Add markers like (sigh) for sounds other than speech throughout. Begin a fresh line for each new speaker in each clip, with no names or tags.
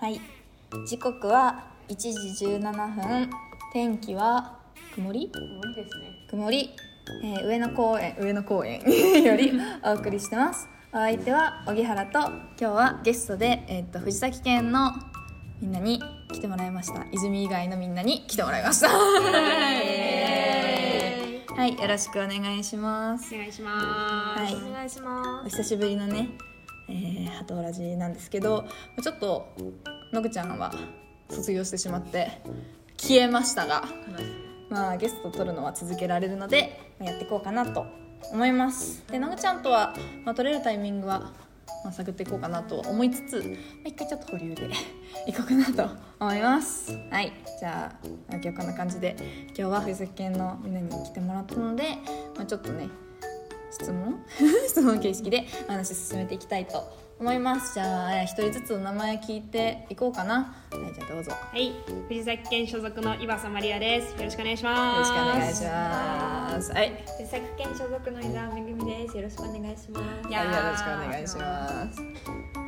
はい時刻は1時17分天気は曇り
無理ですね。
曇り、えー上野公園上野公園 (laughs) よりお送りしてますお相手は荻原と今日はゲストで、えー、と藤崎県のみんなに来てもらいました泉以外のみんなに来てもらいましたはいよろしくお願いします
お願いします。
はい
お願いしま
お久しぶりのね、えー、ハトオラジなんですけどちょっとのぐちゃんは卒業してしまって消えましたが、まあ、ゲスト取るのは続けられるので、まあ、やっていこうかなと思いますでのぐちゃんとは、まあ、取れるタイミングは、まあ、探っていこうかなと思いつつ、まあ、一回ちょっと保留で (laughs) いこうかなと思いますはいじゃあ今日こんな感じで今日は藤崎県のみんなに来てもらったので、まあ、ちょっとね質問 (laughs) 質問形式でお話し進めていきたいと思いますじゃあ一人ずつお名前聞いていこうかなはいじゃあどうぞよ
はい、藤崎県所属の岩佐マリアです。よろしくお願いします。
ろしくお願いしますはいよ
す。崎県所属の伊沢めぐみです。よろしくお願いします。
やー
ろしくお願いします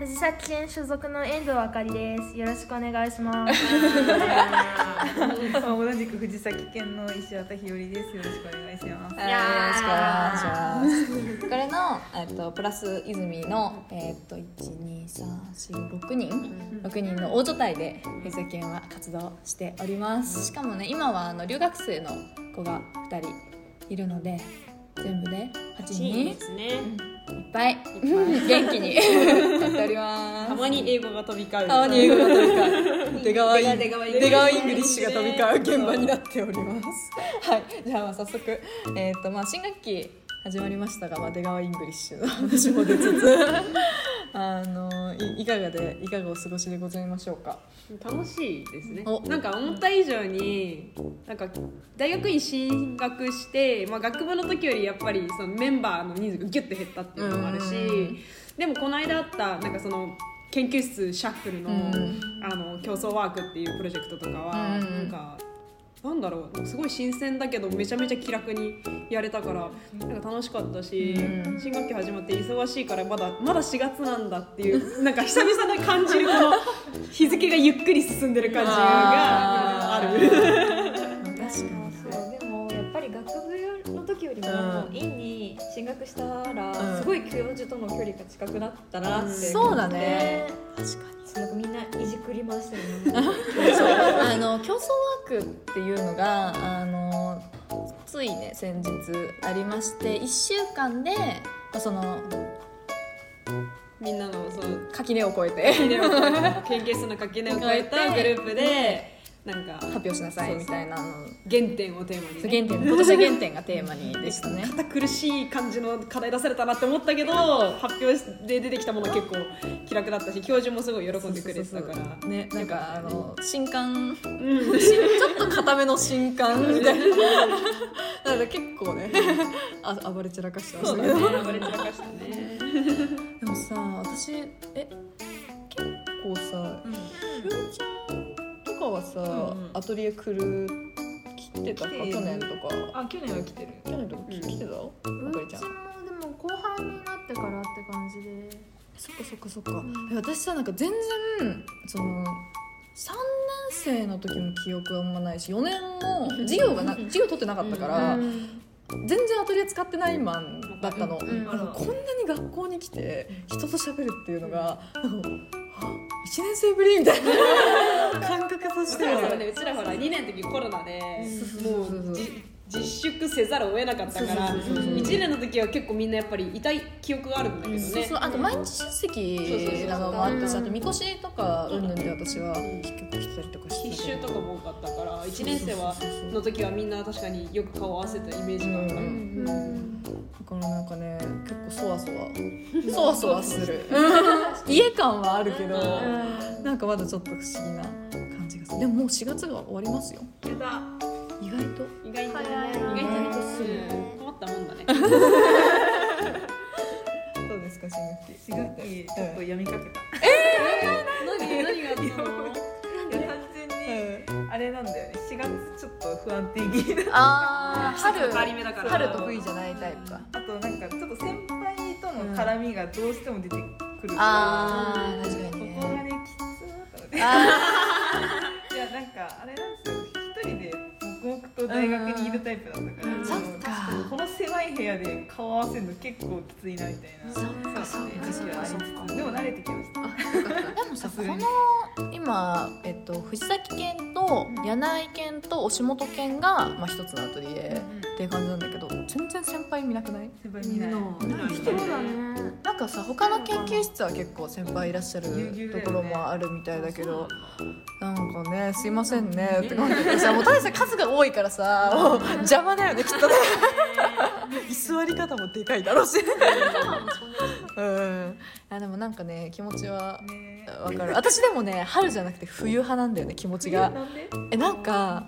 藤崎県所属の遠藤あかりです。よろしくお願いします。
(laughs) 同じく藤崎県の石渡日和です。よろしくお願いします。
はいよろしくお願いしますこれの、えっと、プラス泉の、えっと、12346人6人の大所帯で平成県は活動しておりますしかもね今はあの留学生の子が2人いるので全部で8人
(laughs) いいですね。
いっぱい元気にやっており
た
ます。
まに英語が飛び交う。
たまに英語が飛び交う。出川イン
出川イン
出川イングリッシュが飛び交う現場になっております。はい、じゃあまあ早速えっ、とまあ新学期始まりましたが、まあ出川イングリッシュの話も出つつ、 (laughs) あのいいかがでいかがお過ごしでございましょうか。
楽しいですね
お
なんか思った以上になんか大学院進学して、まあ、学部の時よりやっぱりそのメンバーの人数がギュッと減ったっていうのもあるし
うん
でもこの間あったなんかその研究室シャッフルの,、
うん
あの競争ワークっていうプロジェクトとかは、
うん
なんか。なんだろうすごい新鮮だけどめちゃめちゃ気楽にやれたからなんか楽しかったし、
うん
新学期始まって忙しいからまだまだ4月なんだっていうなんか久々に感じるこの日付がゆっくり進んでる感じがあ
(laughs)
る。
確かに。
そうでもやっぱり学部の時よりも
うん
院に進学した
うん
らすごい教授との距離が近くなったなって
そうだね。確かに。
そうなんかみんないじくり回してるな
そうあの競争ワークっていうのがあのついね先日ありまして1週間でまあその
(laughs) みんなのその
垣根を越えて (laughs)
研究室の垣根を越えたグループでなんか
発表しなさいみたいなの
原点をテーマに、
そう原
ね、
点今年は原点がテーマにでしたね。
堅苦しい感じの課題出されたなって思ったけど発表で出てきたもの結構気楽だったし教授もすごい喜んでくれてたから。
ね、なんかあの新刊
うん
しちょっと固めの新
(laughs)
刊みたいななので結構ねあ暴れ散らかしてましたけど
暴れ散らかしたね。
(laughs) でもさ私え結構さ、ひろちゃんとかはさ、アトリエ来る来てたか
来てる
去年とか
あ、去年は来てる。
去年とか来来てたあかりちゃん
でも後半になってからって感じで。
そっかそっかそっか、え私さなんか全然その3年生の時も記憶はあんまないし4年も授業がな授業取ってなかったから、全然アトリエ使ってないマンだったの、
ん
なんかこんなに学校に来て人と喋るっていうのがなんかあ1年生ぶりみたいな感覚としては
うちらほら2年の時コロナで
も
もうじ自粛せざるを得なかったから
そうそうそうそう
1年の時は結構みんなやっぱり痛い記憶があるんだけどね。
そうそうあと毎日出
そうそうそうそ
席
う
などもあったしあとみこしとかうんぬんで私は結局来てたりとかして
必修とかも多かったから1年生は
そうそうそう
の時はみんな確かによく顔を合わせたイメージがあった、
うん
うん。
だからなんかね結構そわそわそわそわする家感はあるけどなんかまだちょっと不思議な感じがするでももう4月が終わりますよ意外と
意外と
早い
意外と見て
す
うん困ったもんだね
どうですか新
4学期ちょっとやみかけた。
何何があったの
いや単純にあれなんだよね。4月ちょっと不安定
(laughs)
気な。
ああ
春
春
変わり目だから
春得意じゃないタイプか
あとなんかちょっと先輩との絡みがどうしても出て来るから
あー確か
こ
に
こが
ね
ねきつーとね
あ
(laughs) いやなんかあれなんですよ一人で黙々と大学にいるタイプだったから、
うん
そっか
この狭い部屋で顔合わせるの結構きついなみたいな
そっか
そ
そうっ
ね
か
時
そっ
期は
か
あり
そっ
つ
か
つでも慣れてきました
でもさ
さ
こ
すがに
の今、えっと、藤崎県と柳井県と押本県が、まあ、一つのアトリエっていう感じなんだけど全然先輩見なくない
先輩見ない
うん
ない
そう
そうだね
なんかさ他の研究室は結構先輩いらっしゃる
ぎゅうぎゅうだよね
ところもあるみたいだけどなんかねすいませんねって感じで (laughs) さもうただでさえ数が多いからさもう邪魔 (laughs) だよねきっとね (laughs) 居座り方もでかいだろうしうんあでもなんかね気持ちは
ね
わかる私でもね春じゃなくて冬派なんだよね気持ちが
なんで
えなんか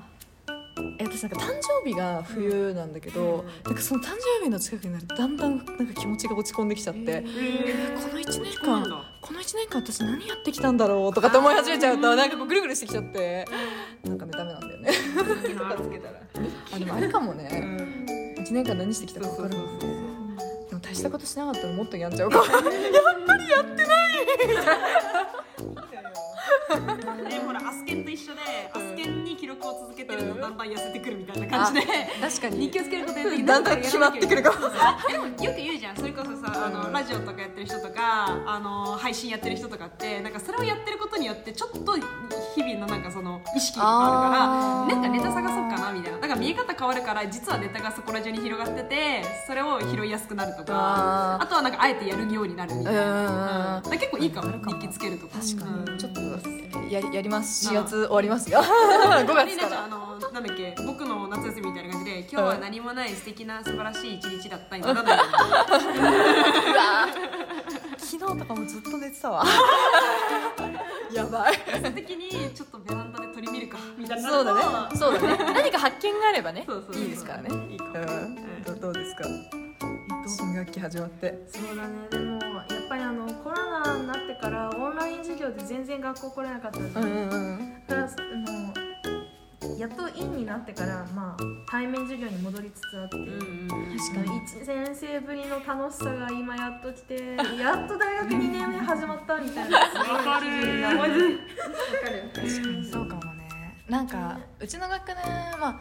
え私なんか誕生日が冬なんだけど、なんかその誕生日の近くになるとだんだんなんか気持ちが落ち込んできちゃって、
え
この1年
そうな
間
んだ
この1年間私何やってきたんだろうとかって思い始めちゃうとなんかこうぐるぐるしてきちゃってなんかねダメなんだよね
とかつけたら
あでもあれかも
う
ね
ん
1年間何してきた
そう
か分
そう
かる
そうそう
もんねでも大したことしなかったらもっとやんちゃうかも
ほらアスケンと一緒でアスケンに記録を続けてるとだんだん痩せてくるみたいな感じで
確か (laughs)
日
に
記をつけることによって
だんだん決まってくるかも
でもよく言うじゃんそれこそさあのラジオとかやってる人とかあの配信やってる人とかってなんかそれをやってることによってちょっと日々のなんかその意識とかあ
あー
るからなんかネタ探そうかなみたいなだから見え方変わるから実はネタがそこら中に広がっててそれを拾いやすくなるとか
あ
あ
ー
とはなんかあえてやるようになるみたいな、うん、だから結構いいかも
うん
日記つけるとか
確か
う
に
ん
ちょっとやりやります
うん
4月終わりますよ5月
な
か
んからあのなんだっけ僕の夏休みみたいな感じで今日は何もない素敵な素晴らしい一日だったんだなみたいな
昨日とかもずっと寝てたわ (laughs) やばい (laughs)
最終的にちょっとベランダで鳥見るかみたいな
そうだねそうだね何か発見があればね
そうそうそう
いいですからね
いいかも
うんどどうですか新学期始まって
そうだねでもやっぱりあのコロナになってからオンライン授業で全然学校来れなかったじゃん
うんうんうん
プラスあのやっと院になってから、まあ、対面授業に戻りつつあって、
確かに
1年生ぶりの楽しさが今やっと来てやっと大学2年目始まったみたいなわかるマジ
確かにそうかもねなんかうちの学年は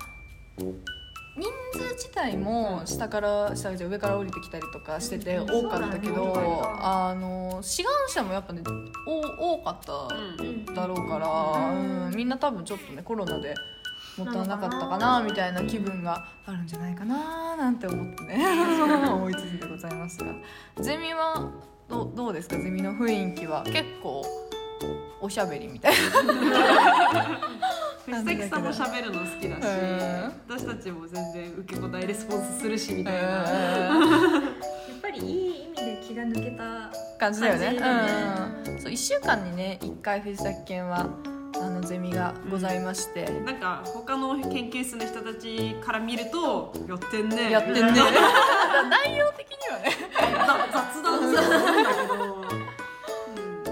人数自体も下から下じゃ上から降りてきたりとかしてて多かったけ
そう
ど、
だね
あの志願者もやっぱねお多かっただろうから、
うん
うんみんな多分ちょっとねコロナでもったいなかったかなみたいな気分があるんじゃないかななんて思ってね (laughs) 思いつつでございますがゼミはどどうですかゼミの雰囲気は結構おしゃべりみたいな
藤崎さんも喋るの好きだし
う
私たちも全然受け答えレスポンスするしみたいな
うん
やっぱりいい意味で気が抜けた
(laughs) 感じだよね
感じだ
うんそう1週間にね1回藤崎県はあのゼミがございまして、
なんか他の研究室の人たちから見るとやってんね
やってんね
雑
内容的にはね
(laughs) 雑談だと思うんだけど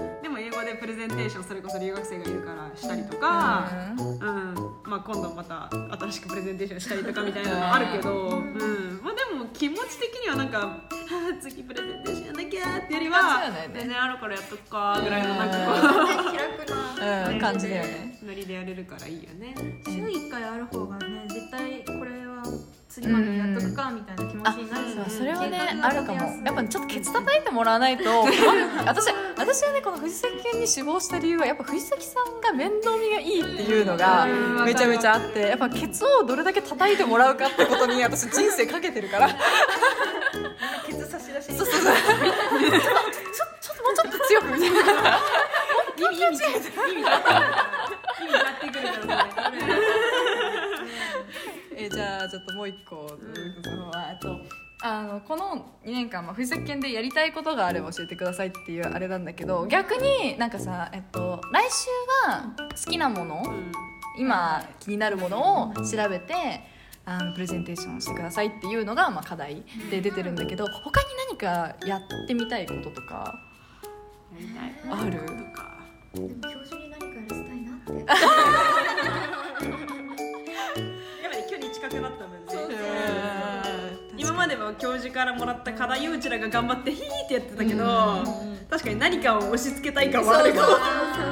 うんでも英語でプレゼンテーションそれこそ留学生がいるからしたりとか、うんまあ、今度また新しくプレゼンテーションしたりとかみたいなのあるけど、うんまあ、でも気持ち的にはなんか「あー次プレゼンテーションやんなきゃ」ってよりは
そうだよ
「
ね
全然あるからやっとくか」ぐらいのなん
う
か
ん
こ
開くな
うん、うん、感じだよね
うノリでやれるからいいよね。
週1回ある方がね絶対これは次までやっとくかみたいな気持ちになるし、
うん
そうそれはね
計画が
あるかも
立てやすい
やっぱちょっとケツ叩いてもらわないと困る私私はねこの藤崎県に志望した理由はやっぱ藤崎さんが面倒見がいいっていうのが
うん
めちゃめちゃあってやっぱケツをどれだけ叩いてもらうかってことに私人生かけてるから
ケツ差し出しに
そうそうそう。 (laughs) ちょちょっともうちょっと強くみたいな。
意味意味意味だって意味だってくるからね。
えーじゃあちょっともう一個そのあと。あのこの2年間、まあ、藤崎県でやりたいことがあれば教えてくださいっていうあれなんだけど逆になんかさ、えっと、来週は好きなもの今気になるものを調べてあのプレゼンテーションしてくださいっていうのが、まあ、課題で出てるんだけど他に何かやってみたいこととか
やりたい
ある
とか
でも教授に何かやらせたいなって
やっぱり距離近くなったもんね
うん
今までは教授からもらった課題をうちらが頑張ってヒーってやってたけど、
うん
確確かに何かを押し付けたい感はあ
そう
るかも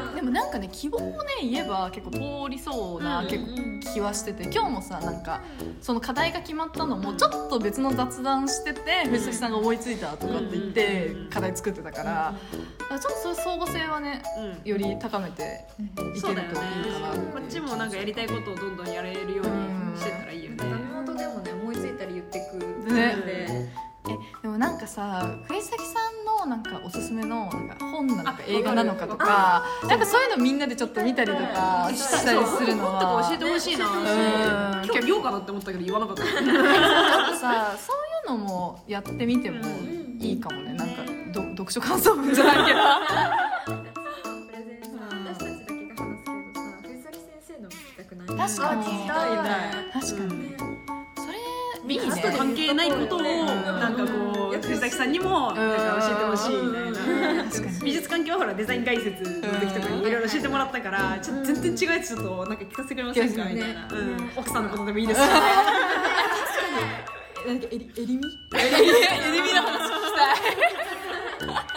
そうでもなんかね希望をね言えば結構通りそうな、結構気はしてて今日もさなんかその課題が決まったのもちょっと別の雑談してて藤崎さんが思いついたとかって言って
うん
課題作ってたからだからちょっとそういう相互性はね
うん
より高めてい
そ
け
うだ
る
よ
と
ね
いいかなっていう
こっちもなんかやりたいことをどんどんやれるようにしてったらいいよね
ダメ元でもね思いついたり言ってくの
ね
で、
えでもなんかさ藤崎さんのなんかおすすめのなんか本なのか映画なのかとかなんかそういうのみんなでちょっと見たりとかしたりするの
そうもっ
は
とこう教えてほしいな
うん
今日言おうかなって思ったけど言わなかった
なんかさそういうのもやってみてもいいかもね、なんかど読書感想文じゃないけ
(laughs)
ど
プレゼンさ私たちだけが話すけどさ藤崎先生のも聞きたくない
確かに確かに、
うん
それいい
ミキ
ね
と関係ないことをなんかこう
うん
藤崎さんにもなんか教えてほしいみたいな
確かに
美術関係はほらデザイン解説の時とかにいろいろ教えてもらったからちょっと全然違うやつちょっとなんか聞かせてくれませんかみたいな、うん奥さんのことでもいい (laughs) ですし
なんかえりえりみえりみえりみの話聞きたい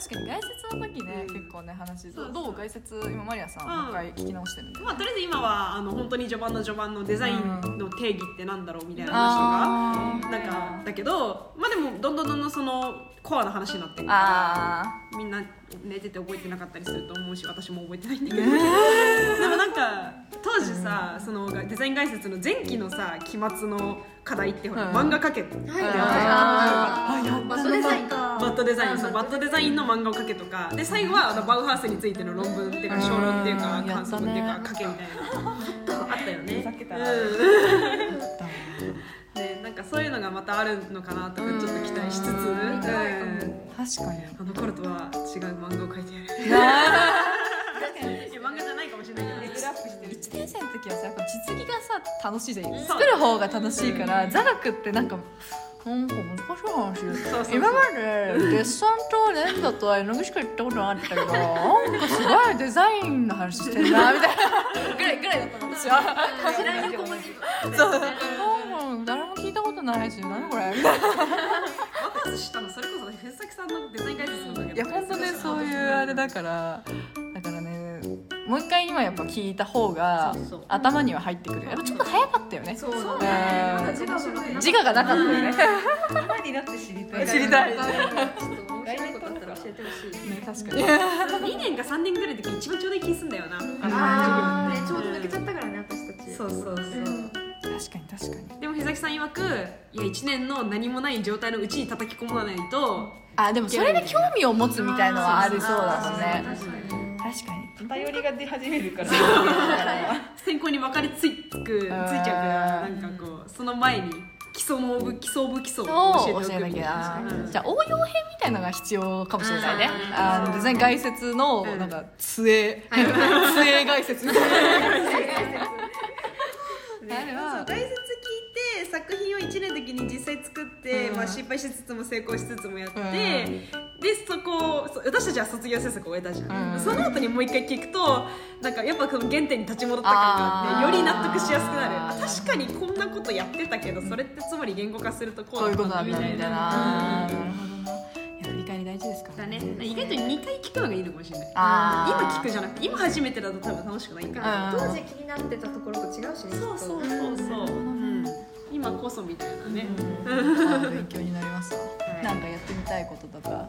確かに外説の時ね、
うん
結構ね話
そうそう
どう外説今マリアさんもう
うん
一回聞き直してるんで、
まあとりあえず今はあの本当に序盤の序盤のデザインの定義ってなんだろうみたいな話
あ
とかなんかだけどまあでもどんどんどんどんそのコアな話になってくる
ー
から
あ
みんな寝てて覚えてなかったりすると思うし私も覚えてないんだけど、でもなんか当時さそのデザイン解説の前期のさ期末の課題ってほら、
うん
漫画描けって書いてあるじ
あ
ゃん
バットデザインか
バッドデザインそうバッドデザインの漫画を描けとかで最後はあのバウハウスについての論文っていうか小論っていうか
うん
感想文っていう
や
か
った
書けみたいなあったよね
ふざけ
(laughs)
たら
うん
ーだ
でなんかそういうのがまたあるのかなとかちょっと期待しつつ、
うん
うん
確かに
あの頃とは違う漫画を描いてやる (laughs) いや漫画じゃないかもしれないけど
1年生の時はさやっぱ実技がさ楽しいじゃん
ん
作る方が楽しいから座学ってなんかなんか難しい
そうそう
話
そう
今までデッサンと連打と絵の具しか行ったことなかったけどなんかすごいデザインの話してるなみたいなぐらいぐらいだったの私はそうなんか誰も聞いたことないし何これみたいな
ワクワクしたのそれこそ藤崎さんのデザイン解説の時だ
いや本当ねそういうあれだからだからねもう一回今やっぱ聞いた方が
そうそう
頭には入ってくるやっぱちょっと早かったよね
そうだ
うん
自我が
自我がなかったよね
今になって知りたい
知り
(laughs)
たい
ちょっと面白いことあったら教えてほしい
ね確かに
2年か3年ぐらいの時一番ちょうどいい気すんだよな
ああねちょうど抜けちゃったからね私たち
そうそうそう
確かに確かに
でも藤崎さん曰くいや1年の何もない状態のうちに叩き込まないと
あでもそれで興味を持つみたいのはあるそうだしね
確かに
確かに
頼りが出始めるから
先行に分かりついつくついちゃうから
あー
なんかこうその前に基礎の部基礎部基礎
そ
を
う教
教
え
えてお
な
くみ
き
たい
ゃ
な
な
うん
じゃあ応用編みたいのが必要かもしれないね
うん
あのデザイン概説の
うん
なんか杖杖概説みたいなあれ
そう
は
大説聞いて作品を1年の時に実際作って、
うん
まあ、失敗しつつも成功しつつもやって、
うん
でそこをそ私たちは卒業制作を終えたじゃん、
うん
その後にもう一回聞くとなんかやっぱその原点に立ち戻った感があ
あー
ってより納得しやすくなる
あ
あ
ー
確かにこんなことやってたけどそれってつまり言語化するとこ
こう
う
い
だ
う
っ
こ
た
と
ん
なんだ
だみたい
みたい
な。
ななるほどないや振り返り大事ですから
だね、意外と2回聞くのがいいのかもしれない
あー
今聞くじゃなくて今初めてだと多分楽しくないから
当時気になってたところと違うしね
そうそうそうそう、うん、今こそみたいなね、
あー勉強になりました、
い
なんかやってみたいこととか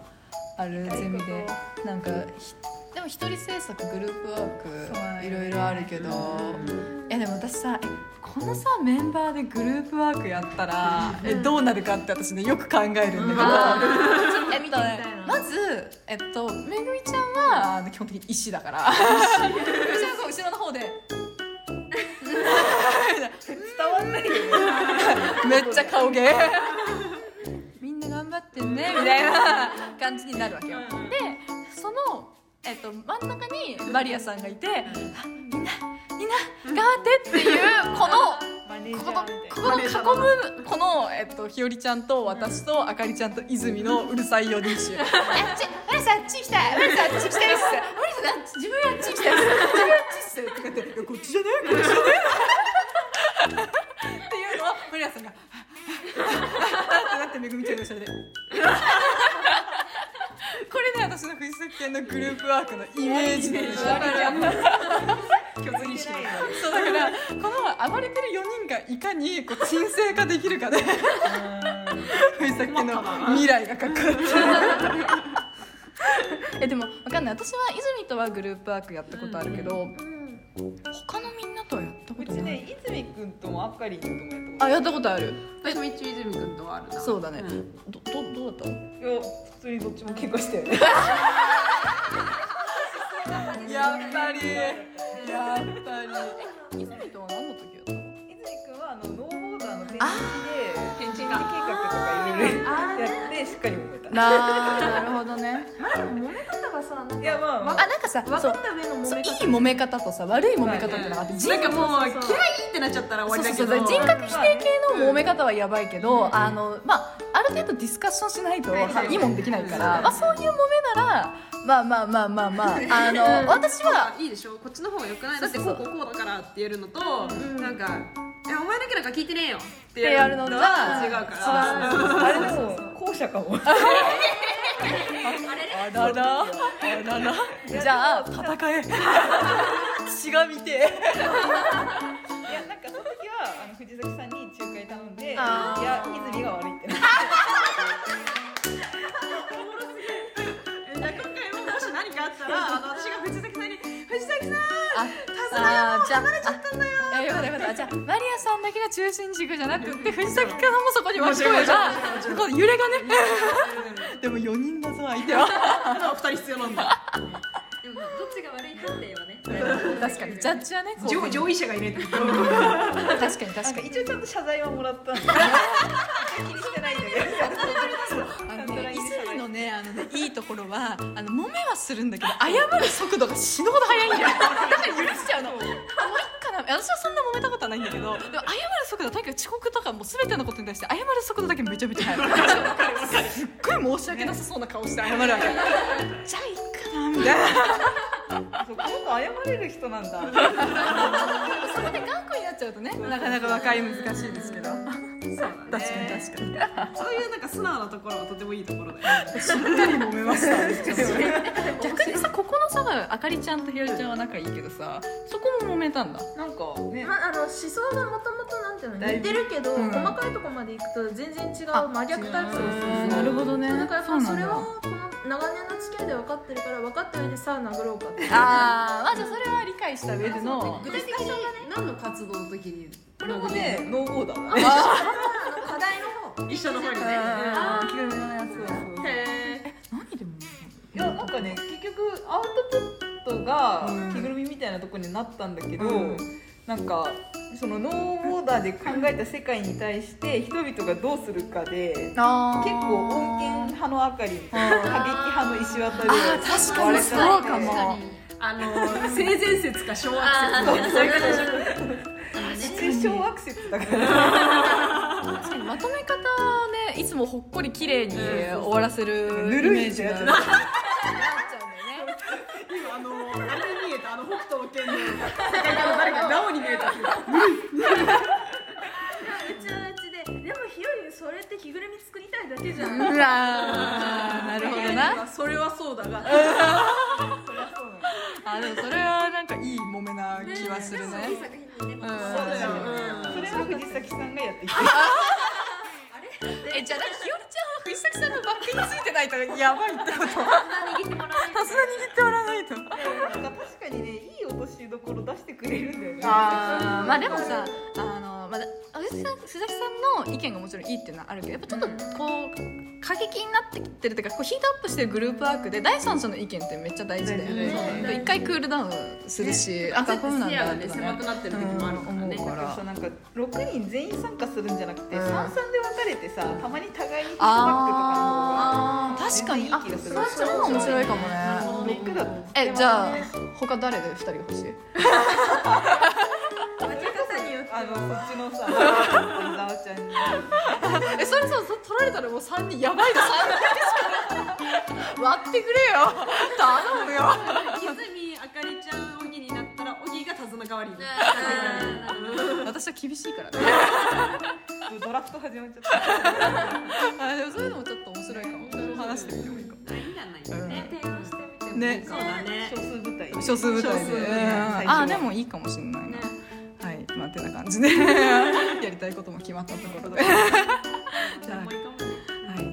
あるゼミでなんかひでも一人制作グループワークいろいろあるけど、いやでも私さえこのさメンバーでグループワークやったら、えどうなるかって私ねよく考えるんだけど、えっとねまず、えっと、めぐみちゃんはあの基本的に医師だからめぐみちゃんはこう後ろの (laughs) 方で。
伝わんないよね
めっちゃ顔芸 (laughs) みんな頑張ってんねみたいな感じになるわけよでその、えっと、真ん中にマリアさんがいてあ「みんなみんな頑張って」っていうこの。
マネージャーみ
こ
た
のこの
い
囲むこの、えっと、ひよりちゃんと私とあかりちゃんと泉のうるさい4人衆あっちマリアさんあっち行きたいマリアさんあっち行きたいっすマリアさんあっち自分はあっち行きたいっす自分はあっちっすとかっていやこっちじゃねこっちじゃねっていうのをマリアさん (laughs) が「あああああってなってめぐみちゃんが後ろで。こ私の藤崎研のグループワークのイメージで
共通認識
ないよ
そうだからこの暴れてる4人がいかにこう沈静化できるかで藤崎研の未来がかかるえでもわかんない私は泉とはグループワークやったことあるけど、他のみんなとはやったこ
う
と
ち
ない、
ね泉くんともあかりんともやった
あやったことある
私も一応泉君とはあるな
そうだね
ん
どどどうだっ
いや普通にどっちも結婚したよね
たやっぱりやっぱり泉とは何の時やったの
泉くんはあのノーボーダーの転
返事
勤
が
で計画とかいろいろやってしっかり揉めた
ななるほどね
前も揉め方がさなんか
いやまあ、ま
あ
あ、
なんかさ
分
そ
か
う
った上の揉
そう
め
いい
方
揉め方とさ悪い揉め方ってのがあって人
なんかもう
そうそうそう
嫌いってなっちゃったら終わりだけ
そう
ど
そうそう人格否定系の揉め方はやばいけど、あのまあ、ある程度ディスカッションしないと、はい、いいもんできないから、まあ、そういう揉めならまあまあまあまあまああの私は。
いいでしょこっちの方が良くない
そ
だ
う
っ
そ
て
う
こうこうこうだからって言えるのと、なんかいやお前だけなんか聞いてねえよって
ってやるのとは
は違うから
あれでも後者かも
あららあららじゃあ戦え血が見て
いやなんかその時はあの藤崎さんに仲介頼んでい
あー
や泉が悪いって
じゃあ今回ももし何かあったらあの私が藤崎さんに「藤崎さん
ああじゃああいやよかったよかったじゃあマリアさんだけが中心軸じゃなくって藤崎からもそこに巻き込め (laughs) ばこう揺れがね (laughs) でも4人だぞ相手は
あ二人必要なんだ
でもどっちが悪い判定はね
確かにジャッジはねこう
上上位者がいないと
確かに
なん
確か
か
に
一応ちゃんと謝罪はもらったんで気にしてないんだけど
あ
あ
の
の
ね
ね
泉のねあのねいいところはあの揉めはするんだけど謝る速度が死ぬほど速いんだ (laughs) よだから許しちゃうのもういっかな私はそんな揉めたことはないんだけどでも謝る速度とにかく遅刻とかもう全てのことに対して謝る速度だけめちゃめちゃ速いすっごい申し訳なさそうな顔して謝るわけ (laughs) じゃあいっかなみたいな
そうこの子謝れる人なんだ
そこで頑固になっちゃうとねなかなか和解難しいですけど確かに確かに
そういうなんか素直なところはとてもいいところだよ
しっかり揉めました逆にさここのさあかりちゃんとひよりちゃんは仲いいけどさそこも揉めたんだ
なんかね
まあ、あの思想がもともとなんていう
だ
の
い
似
ぶ
てるけど、
うん
細かいとこまでいくと全然違う
あ
真逆タイプ
違う
です
なるほどね
だからやっぱそれ
は
はこの長年の付き合いで分かってるから分かった上でさあ殴ろうかって
あーまあじゃあそれは理解した上での
具体的に何の活動の時にこ
これもねノーボーダーだね
課題の方
一緒の方に
う
ね
ん着ぐるみのや
そう
つ
そうそう
何で揉め
いやなんかね結局アウトプットが
うん
着ぐるみみたいなとこになったんだけど、
うん
なんかそのノーボーダーで考えた世界に対して人々がどうするかで
たの
結構穏健派のあかりと過激派の石渡で
あー確かにそうかも (laughs)
あの性善説か小悪説
あーそういうことでしょ
通称アクセスだから
確かにまとめ方ねいつもほっこり綺麗に終わらせる
ぬ
イ
る
メー
いって
ジ
や
が
つ
なっちゃうんだよね
今あのあれに見えたあの北斗健の世界観の誰か直に見えた
うちはうちででもひよりそれって着ぐるみ作りたいだけじゃん
うわーなるほどな
それはそうだが
(laughs) あでもそれはなんかいい揉めな気はするね
いい作品にね
うん
そうだよ
うん
それは藤崎さんがやってきて
えじゃあなんかひよりちゃんは藤崎さんのバッグについてないとやばいってことさすが
握ってもらわないと
握っておらないと
なんか確かにねいい落としどころ出してくれるんだよね
あまあでもさあの、まあ、藤崎さん鈴木さんの意見がもちろんいいっていうのはあるけどやっぱちょっとこう過激になってきてるというかこうヒートアップしてるグループワークで第三者の意見ってめっちゃ大事だよね
大事
一回クールダウンするし、あこういうのなんだとかね
狭くなってる時もあるからね
うん思うから
さなんか6人全員参加するんじゃなくて、
うん
三々で分かれてさたまに互いにフィードバ
あー確かにあ
いい気がする
それも面白いかもね
ックとかの方がロックだと
えじゃあ他誰で2人欲しい
あのこっちのさ
(laughs)
ざわちゃんに
えそれさそ取られたらもう3人やばいな3人しか割ってくれよ頼むよ
泉あかりちゃん小木になったら小木が手綱代わりに
私は厳しいからね
ドラフト始まっちゃった
あでもそういうのもちょっと面白いかも話してみてもいいかも
いいじゃないですね
で
ね
そうだね
少数舞台
少数舞台で、
少数
うん
舞台
あでもいいかもしれないな、
ね
はいまあてな感じでやりたいことも決まったところでじゃあはい、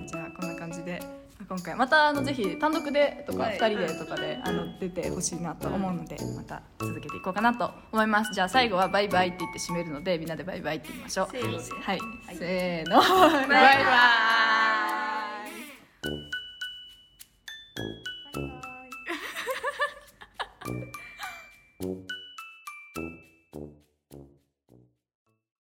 じゃあこんな感じでまあ今回またあのぜひ単独でとか
はい
2人でとかであの出てほしいなと思うのでまた続けていこうかなと思いますじゃあ最後はバイバイって言って締めるのでみんなでバイバイって言いましょう
せーので
はい、せーのバイバイ
バイバイ。